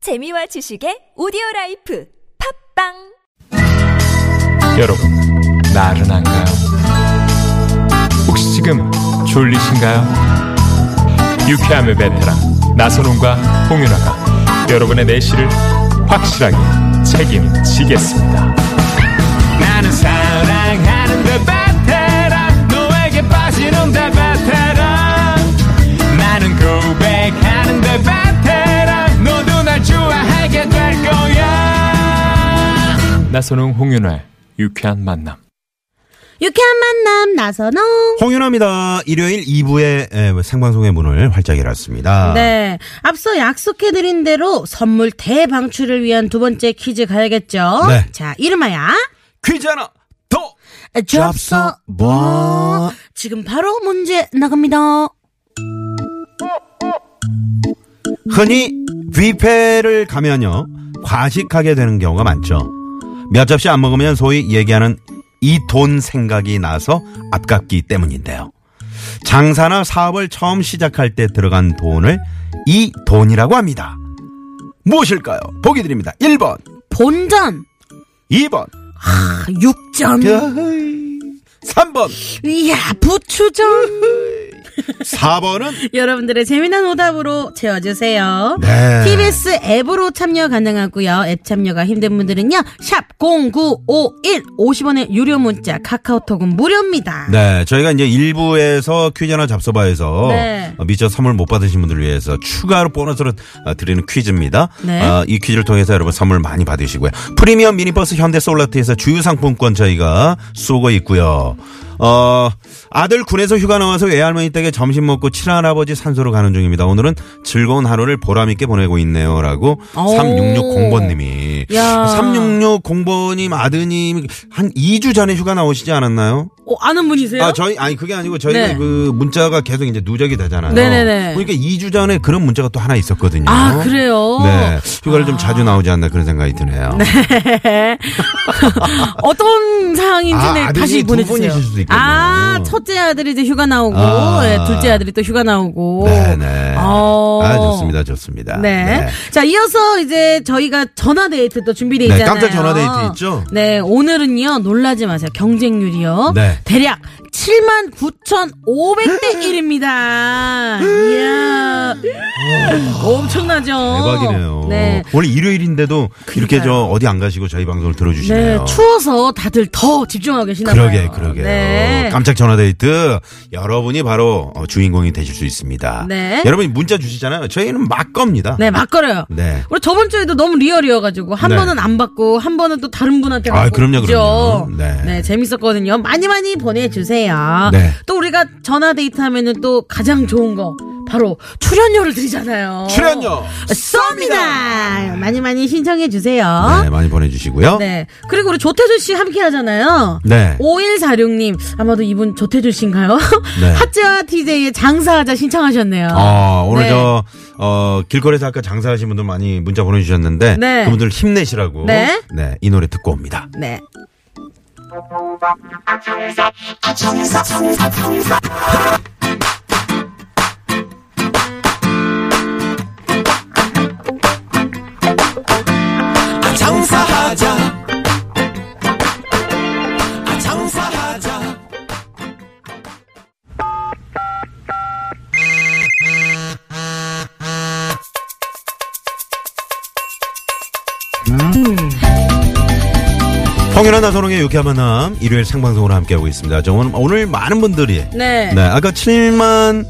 재미와 지식의 오디오 라이프 팝빵 여러분, 나른한가요? 혹시 지금 졸리신가요? 유쾌함의 베테랑 나선홍과 홍윤아가 여러분의 내실을 확실하게 책임지겠습니다. 나는 사랑하는데 그 베테랑 너에게 빠지는데 베테랑 나는 고백하는데 베테랑 너도 날 좋아하게 될 거야. 나선홍 홍윤아의 유쾌한 만남. 유쾌한 만남 나선홍. 홍윤아입니다. 일요일 2부의 뭐 생방송의 문을 활짝 열었습니다. 네. 앞서 약속해드린 대로 선물 대방출을 위한 두 번째 퀴즈 가야겠죠. 네. 자, 이름하야. 퀴즈 하나 더! 접서 뭐. 지금 바로 문제 나갑니다. 흔히 뷔페를 가면요. 과식하게 되는 경우가 많죠. 몇 접시 안 먹으면 소위 얘기하는 이 돈 생각이 나서 아깝기 때문인데요. 장사나 사업을 처음 시작할 때 들어간 돈을 이 돈이라고 합니다. 무엇일까요? 보기 드립니다. 1번, 본전. 2번, 아, 육전. 네. 3번, 이야, 부추전. 4번은 여러분들의 재미난 오답으로 채워주세요. 네. TBS 앱으로 참여 가능하고요. 앱 참여가 힘든 분들은요. 샵 0951 50원의 유료 문자 카카오톡은 무료입니다. 네, 저희가 이제 일부에서 퀴즈나 잡숴봐에서 네. 어, 미처 선물 못 받으신 분들을 위해서 추가로 보너스로 어, 드리는 퀴즈입니다. 네. 어, 이 퀴즈를 통해서 여러분 선물 많이 받으시고요. 프리미엄 미니버스 현대 솔라트에서 주유 상품권 저희가 쏘고 있고요. 어, 아들 군에서 휴가 나와서 외할머니 댁에 점심 먹고 친할아버지 산소로 가는 중입니다. 오늘은 즐거운 하루를 보람있게 보내고 있네요라고 오. 3660번님이 야. 3660번님 아드님 한 2주 전에 휴가 나오시지 않았나요? 어, 아는 분이세요? 아, 저희, 아니, 그게 아니고 저희가 네. 그 문자가 계속 이제 누적이 되잖아요. 네네네. 그러니까 2주 전에 그런 문자가 또 하나 있었거든요. 아, 그래요? 아. 네. 휴가를 좀 자주 나오지 않나 그런 생각이 드네요. 어떤 상황인지 아, 네, 아들이 다시 두 보내주세요. 분이실 수도 있겠네요. 아, 첫째 아들이 이제 휴가 나오고, 아. 예, 둘째 아들이 또 휴가 나오고. 네네. 어. 아, 좋습니다. 좋습니다. 네. 자, 이어서 이제 저희가 전화 데이트 또 준비되어 네, 있잖아요. 깜짝 전화 데이트 있죠? 네, 오늘은요, 놀라지 마세요. 경쟁률이요. 네. 대략 79,500대 1입니다. 이야. 엄청나죠? 대박이네요. 네. 원래 일요일인데도 이렇게 저 그러니까요. 어디 안 가시고 저희 방송을 들어주시네요. 네, 추워서 다들 더 집중하고 계시나봐요. 그러게, 그러게. 네. 깜짝 전화데이트. 여러분이 바로 어, 주인공이 되실 수 있습니다. 네. 여러분이 문자 주시잖아요. 저희는 막 겁니다. 네, 막 걸어요. 네. 우리 저번 주에도 너무 리얼이어가지고 한 네. 번은 안 받고 한 번은 또 다른 분한테 아, 받고 그럼요, 그죠? 그럼요. 네. 재밌었거든요. 많이 많이 보내주세요. 네. 또 우리가 전화 데이트하면은 또 가장 좋은 거 바로 출연료를 드리잖아요. 출연료 쏩니다. 많이 많이 신청해 주세요. 네, 많이 보내주시고요. 어? 네. 그리고 우리 조태준 씨 함께 하잖아요. 네. 5146님, 아마도 이분 조태준 씨인가요? 네. 하츠와 TJ의 장사하자 신청하셨네요. 아, 오늘 네. 저, 어, 길거리에서 아까 장사하신 분들 많이 문자 보내주셨는데, 네. 그분들 힘내시라고, 네. 네, 이 노래 듣고 옵니다. 네. 아, 장사하자. 아, 장사하자. 홍윤아 나선홍의 유쾌한 만남, 일요일 생방송으로 함께하고 있습니다. 저 오늘, 오늘 많은 분들이, 네. 아까 7만,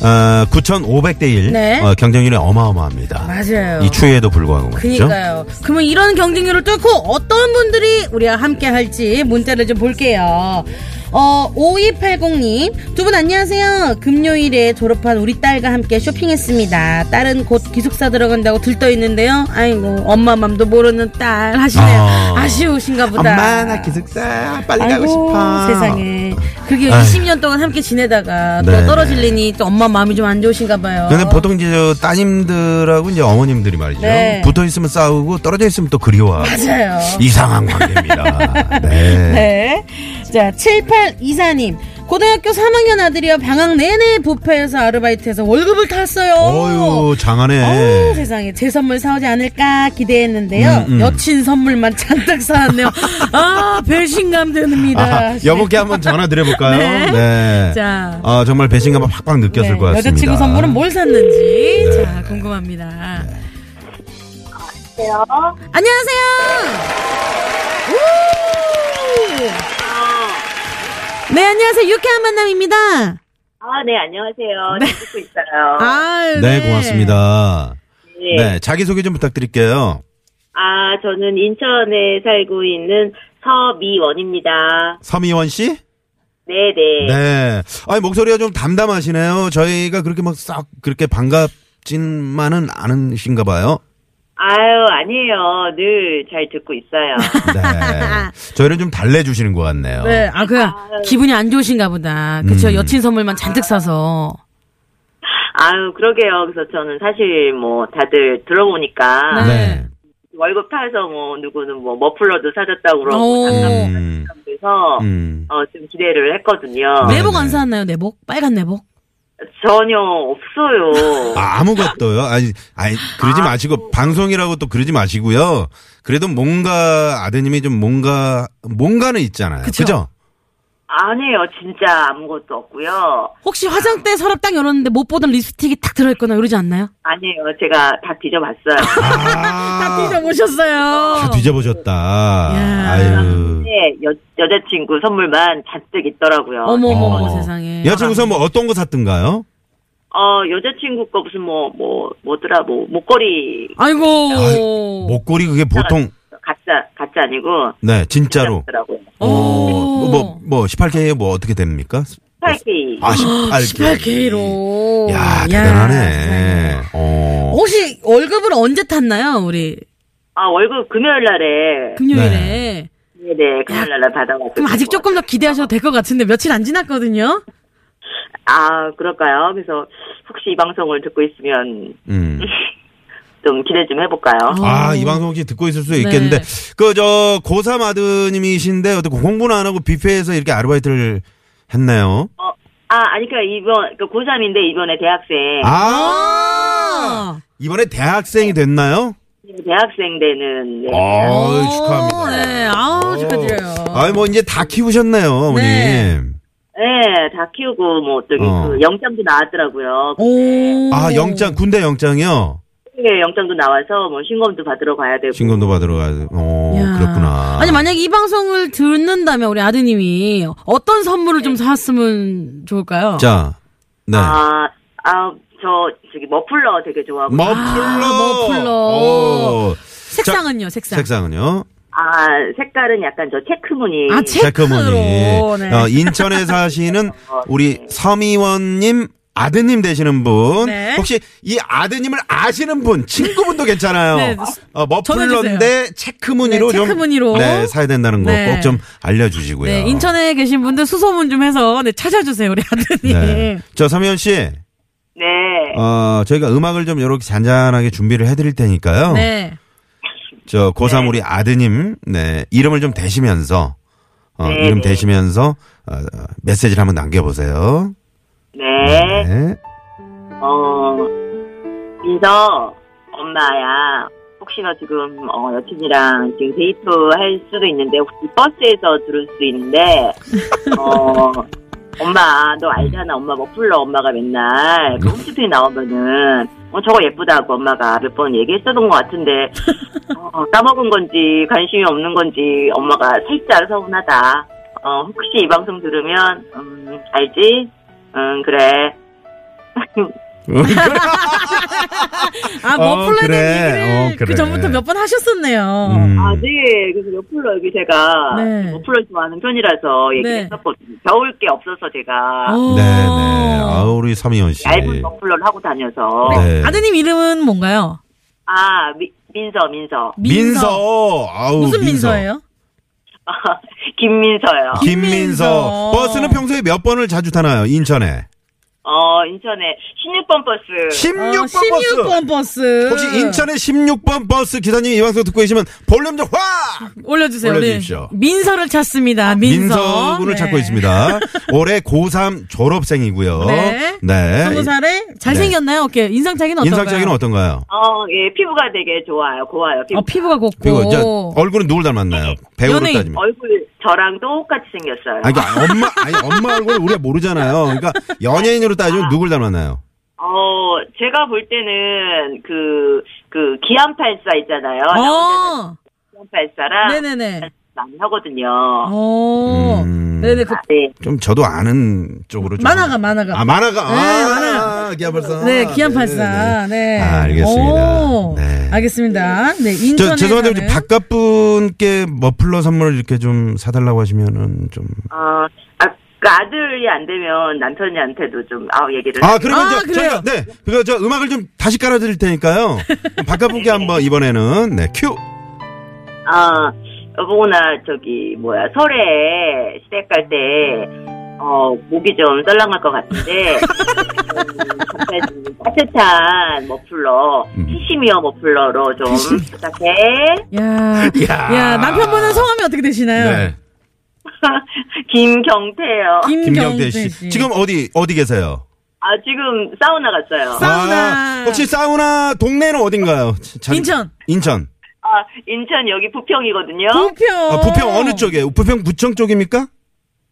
어, 9,500대 1, 네. 경쟁률이 어마어마합니다. 맞아요. 이 추위에도 불구하고 그렇죠? 말이죠. 그니까요. 그러면 이런 경쟁률을 뚫고 어떤 분들이 우리와 함께 할지 문자를 좀 볼게요. 어, 5280님. 두 분 안녕하세요. 금요일에 졸업한 우리 딸과 함께 쇼핑했습니다. 딸은 곧 기숙사 들어간다고 들떠 있는데요. 아이고, 엄마 맘도 모르는 딸 하시네요. 아. 아. 쉬우신가 보다. 엄마, 나 기숙사 빨리 가고 아이고, 싶어. 세상에. 그게 아휴. 20년 동안 함께 지내다가 네네. 또 떨어질래니 또 엄마 마음이 좀 안 좋으신가 봐요. 근데 보통 이제 저 따님들하고 이제 어머님들이 말이죠. 네. 붙어 있으면 싸우고 떨어져 있으면 또 그리워하고. 맞아요. 이상한 관계입니다. 네. 네. 자, 7824님. 고등학교 3학년 아들이요 방학 내내 부페에서 아르바이트해서 월급을 탔어요. 어유 어우, 장하네. 세상에 제 선물 사오지 않을까 기대했는데요. 음, 음. 여친 선물만 잔뜩 사왔네요. 아 배신감 듭니다. 아, 여보께 한번 전화 드려볼까요? 네. 네. 자. 아, 정말 배신감을 확확 느꼈을 네, 것 같습니다. 네. 여자친구 선물은 뭘 샀는지 자 궁금합니다. 안녕하세요. 안녕하세요. 우! 네 안녕하세요 유쾌한 만남입니다. 아, 네, 안녕하세요. 잘 듣고 있어요. 아, 아유, 네, 고맙습니다. 네. 네, 자기소개 좀 부탁드릴게요. 아, 저는 인천에 살고 있는 서미원입니다. 서미원 씨? 네네. 네. 아니, 목소리가 좀 담담하시네요. 저희가 그렇게 막 싹 그렇게 반갑진만은 않으신가 봐요. 아유, 아니에요. 늘 잘 듣고 있어요. 네. 저희는 좀 달래주시는 것 같네요. 네, 아, 그야. 기분이 안 좋으신가 보다. 음. 그쵸. 여친 선물만 잔뜩 사서. 아유, 그러게요. 그래서 저는 사실 뭐 다들 들어보니까 아, 네. 월급 타서 뭐 누구는 뭐 머플러도 사줬다고 오. 그러고 음, 그래서 음. 어, 좀 기대를 했거든요. 네. 내복 안 사왔나요, 내복? 빨간 내복? 전혀 없어요. 아, 아무것도요? 아니, 아니, 그러지 마시고, 방송이라고 또 그러지 마시고요. 그래도 뭔가, 아드님이 좀 뭔가, 뭔가는 있잖아요. 그쵸. 그죠? 아니에요. 진짜 아무것도 없고요. 혹시 화장대 서랍 딱 열었는데 못 보던 립스틱이 딱 들어있거나 이러지 않나요? 아니에요. 제가 다 뒤져봤어요. 다 아, 뒤져보셨어요. 다 뒤져보셨다. 예. 야. 아유. 네, 여, 여자친구 선물만 잔뜩 있더라고요. 어머, 어머, 어머, 어. 세상에. 여자친구선 뭐 어떤 거 샀던가요? 어, 여자친구 거 무슨 뭐, 뭐, 뭐더라, 뭐, 목걸이, 아이고. 목걸이 그게 보통, 가짜, 가짜 아니고. 네, 진짜로. 더라고요 어, 뭐, 뭐, 뭐, 18K에 뭐 어떻게 됩니까? 18K. 아, 18K. 18K로. 야, 대단하네. 어. 혹시 월급을 언제 탔나요, 우리? 아, 월급 금요일 날에. 금요일에. 네. 그- 네네, 금요일 날에 받아왔어요. 그럼 아직 조금 더 기대하셔도 될 것 같은데 며칠 안 지났거든요? 아, 그럴까요? 그래서 혹시 이 방송을 듣고 있으면 음. 좀 기대 좀 해볼까요? 아, 어. 이 방송 혹시 듣고 있을 수 있겠는데, 네. 그, 저, 고3 아드님이신데, 어떻게 공부는 안 하고 뷔페에서 이렇게 아르바이트를 했네요. 어, 아, 아니, 그니까 이번, 그 고3인데 이번에 대학생. 아! 아. 이번에 대학생이 됐나요? 대학생 되는. 네. 아, 오, 축하합니다. 어. 어. 네, 아우, 축하드려요. 아이, 뭐, 이제 다 키우셨네요, 어머님. 네. 네, 다 키우고, 뭐, 저기, 어. 그 영장도 나왔더라고요. 오. 아, 영장, 군대 영장이요? 네, 영장도 나와서, 뭐, 신검도 받으러 가야 되고. 신검도 받으러 가야 돼. 어, 야. 그렇구나. 아니, 만약에 이 방송을 듣는다면 우리 아드님이 어떤 선물을 좀 사왔으면 좋을까요? 자, 네. 아, 아, 저, 저기, 머플러 되게 좋아하고. 머플러! 아, 머플러. 오. 색상은요, 색상. 색상은요? 아, 색깔은 약간 저 체크무늬. 아, 체- 체크무늬. 체크로, 네. 음, 어, 인천에 사시는 우리 서미원님 아드님 되시는 분. 네. 혹시 이 아드님을 아시는 분, 친구분도 괜찮아요. 네. 어, 머플러인데 체크무늬로 네, 좀. 체크무늬로. 네, 사야 된다는 거 네. 꼭 좀 알려주시고요. 네, 인천에 계신 분들 수소문 좀 해서 네, 찾아주세요, 우리 아드님. 네. 저 서미원 씨, 네. 어, 저희가 음악을 좀 이렇게 잔잔하게 준비를 해드릴 테니까요. 네. 저 고3 우리 아드님, 네, 이름을 좀 대시면서, 어, 네, 이름 네. 대시면서, 어, 메시지를 한번 남겨보세요. 네. 네. 어, 민서, 엄마야. 혹시 너 지금, 어, 여친이랑 지금 데이트 할 수도 있는데, 혹시 버스에서 들을 수 있는데, 어, 엄마, 너 알잖아. 엄마 머플러 엄마가 맨날, 그 홈쇼핑 나오면은, 어, 저거 예쁘다고 엄마가 몇 번 얘기했었던 것 같은데, 어, 까먹은 건지, 관심이 없는 건지, 엄마가 살짝 서운하다. 어, 혹시 이 방송 들으면, 음, 알지? 음, 그래. 아, 어, 머플러에 그래. 대한 얘기를 어, 그래. 그 전부터 몇 번 하셨었네요. 음. 아, 네. 그래서 머플러 여기 제가 네. 머플러 좋아하는 편이라서 네. 얘기했었거든요. 겨울 게 없어서 제가 어. 네, 네. 아, 우리 서미연 씨. 얇은 머플러를 하고 다녀서 네. 아드님 이름은 뭔가요? 아 미- 민서 민서 민서. 아우, 무슨 민서. 민서예요? 김민서요. 김민서. 김민서. 버스는 평소에 몇 번을 자주 타나요? 인천에. 어, 인천에 16번 버스. 16번, 아, 버스. 16번 버스. 혹시 인천의 16번 버스 기사님 이 방송 듣고 계시면 볼륨 좀 확! 올려주세요. 올려주십시오. 네. 민서를 찾습니다. 민서. 민서군을 네. 찾고 있습니다. 올해 고3 졸업생이고요. 네. 스무 살에 잘생겼나요? 어깨 인상 차이는 어떤가요? 네. 인상적인 어떤가요? 어, 예, 피부가 되게 좋아요. 고와요. 피부. 어, 피부가 그리고 이제 곱고. 어. 얼굴은 누굴 닮았나요? 배우로 연예인. 따지면. 얼굴 저랑 똑같이 생겼어요. 아니, 그러니까 엄마, 아니, 엄마 얼굴을 우리가 모르잖아요. 그러니까 연예인으로 따지면 누굴 닮았나요? 어, 제가 볼 때는 그, 그, 기안팔사 있잖아요. 어. 기안팔사랑 네네네. 많이 하거든요. 아. 어. 음. 네네. 그, 아, 네. 좀 저도 아는 쪽으로 좀. 만화가, 만화가. 아, 만화가. 네, 아, 만화가. 기안팔사. 네, 기안팔사. 네. 아, 알겠습니다. 오, 네. 알겠습니다. 네, 인천에. 저, 죄송한데, 우리 사는- 바깥 분께 머플러 선물 이렇게 좀 사달라고 하시면은 좀. 어, 아, 그 아들이 안 되면 남편이한테도 좀, 아, 얘기를. 아, 그리고 아, 이제 저희가, 그래요? 네. 그거 저 음악을 좀 다시 깔아드릴 테니까요. 바깥 분께 한번 이번에는, 네, 큐. 그- 아, 여보, 나 저기, 뭐야, 설에 시댁 갈 때, 어, 목이 좀 썰렁할 것 같은데, 음, 따뜻한 머플러, 음. 피시미어 머플러로 좀 부탁해. 야. 야. 네. 야, 남편분은 성함이 어떻게 되시나요? 김경태요. 김경태 김경태 씨. 씨. 지금 어디, 어디 계세요? 아, 지금 사우나 갔어요. 사우나. 아, 혹시 사우나 동네는 어딘가요? 자- 인천. 인천. 아, 인천 여기 부평이거든요. 부평. 아, 부평 어느 쪽에? 부평 구청 쪽입니까?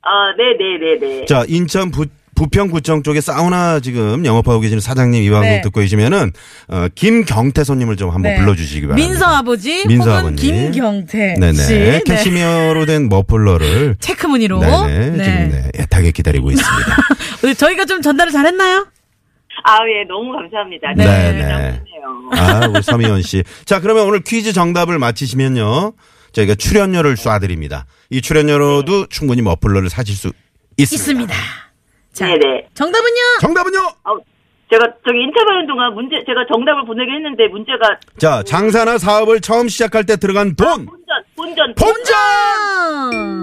아, 네네네네. 자, 인천 부, 부평구청 쪽에 사우나 지금 영업하고 계시는 사장님 이 방송 네. 듣고 계시면은, 어, 김경태 손님을 좀 한번 네. 불러주시기 바랍니다. 민서 아버지. 민서 혹은 아버님. 김경태. 씨. 네네. 네. 캐시미어로 된 머플러를. 체크무늬로. 네네. 지금 네. 애타게 기다리고 있습니다. 우리 어, 저희가 좀 전달을 잘했나요? 아, 예, 너무 감사합니다. 네, 진짜 네. 감사해요. 아, 우리 서미연 씨. 자, 그러면 오늘 퀴즈 정답을 맞히시면요. 저희가 출연료를 쏴드립니다. 이 출연료로도 충분히 머플러를 사실 수 있습니다. 있습니다. 자, 네네. 정답은요? 정답은요? 어, 제가 저기 인터뷰하는 동안 문제, 제가 정답을 보내긴 했는데 문제가 자, 장사나 사업을 처음 시작할 때 들어간 돈. 본전, 본전, 본전! 아.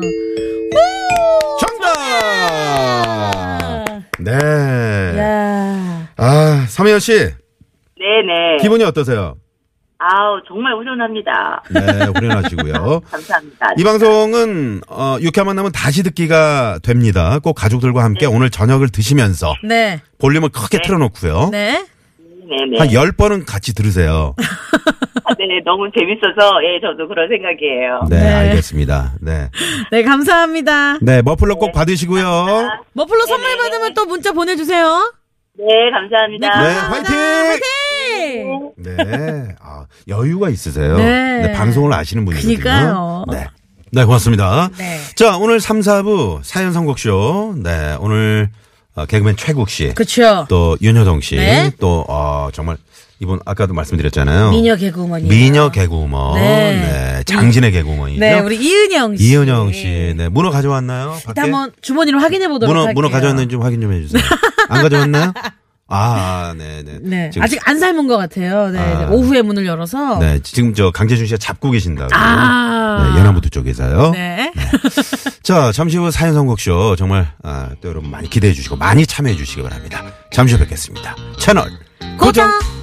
정답! 예. 네. 야. 아, 서미연 씨. 네네. 기분이 어떠세요? 아우, 정말 훈훈합니다. 네, 후련하시고요. 감사합니다. 이 방송은 어, 유쾌한 만남은 다시 듣기가 됩니다. 꼭 가족들과 함께 오늘 저녁을 드시면서 네. 볼륨을 크게 틀어놓고요. 네. 네네. 한 열번은 같이 들으세요. 아, 네, 너무 재밌어서, 예, 저도 그런 생각이에요. 네, 네. 알겠습니다. 네. 네, 감사합니다. 네, 머플러 꼭 받으시고요. 머플러 선물 받으면 또 문자 보내주세요. 네, 감사합니다. 네, 화이팅! 네. 네. 아, 여유가 있으세요. 네. 방송을 아시는 분이거든요. 그러니까요. 네. 네, 고맙습니다. 네. 자, 오늘 3, 4부 사연 선곡쇼. 네, 오늘 어, 개그맨 최국 씨. 그쵸. 또 윤효동 씨. 네. 또, 어, 정말 이분 아까도 말씀드렸잖아요. 미녀 개그우먼이. 미녀 개그우먼. 네. 네. 장신의 개그우먼이죠. 네, 우리 이은영 씨. 이은영 씨. 네, 문어 가져왔나요? 밖에? 일단 한번 주머니로 확인해 보도록 문어, 할게요. 문어 가져왔는지 좀 확인 좀 해주세요. 안 가져왔나요? 아, 아, 네, 네. 네. 지금, 아직 안 삶은 것 같아요. 네. 아. 이제 오후에 문을 열어서. 네, 지금 저 강재준 씨가 잡고 계신다고. 아. 네, 연화부두 쪽에서요. 네. 자, 잠시 후 사연 선곡쇼 정말 아, 또 여러분 많이 기대해 주시고 많이 참여해 주시기 바랍니다. 잠시 후 뵙겠습니다. 채널 고정. 고정.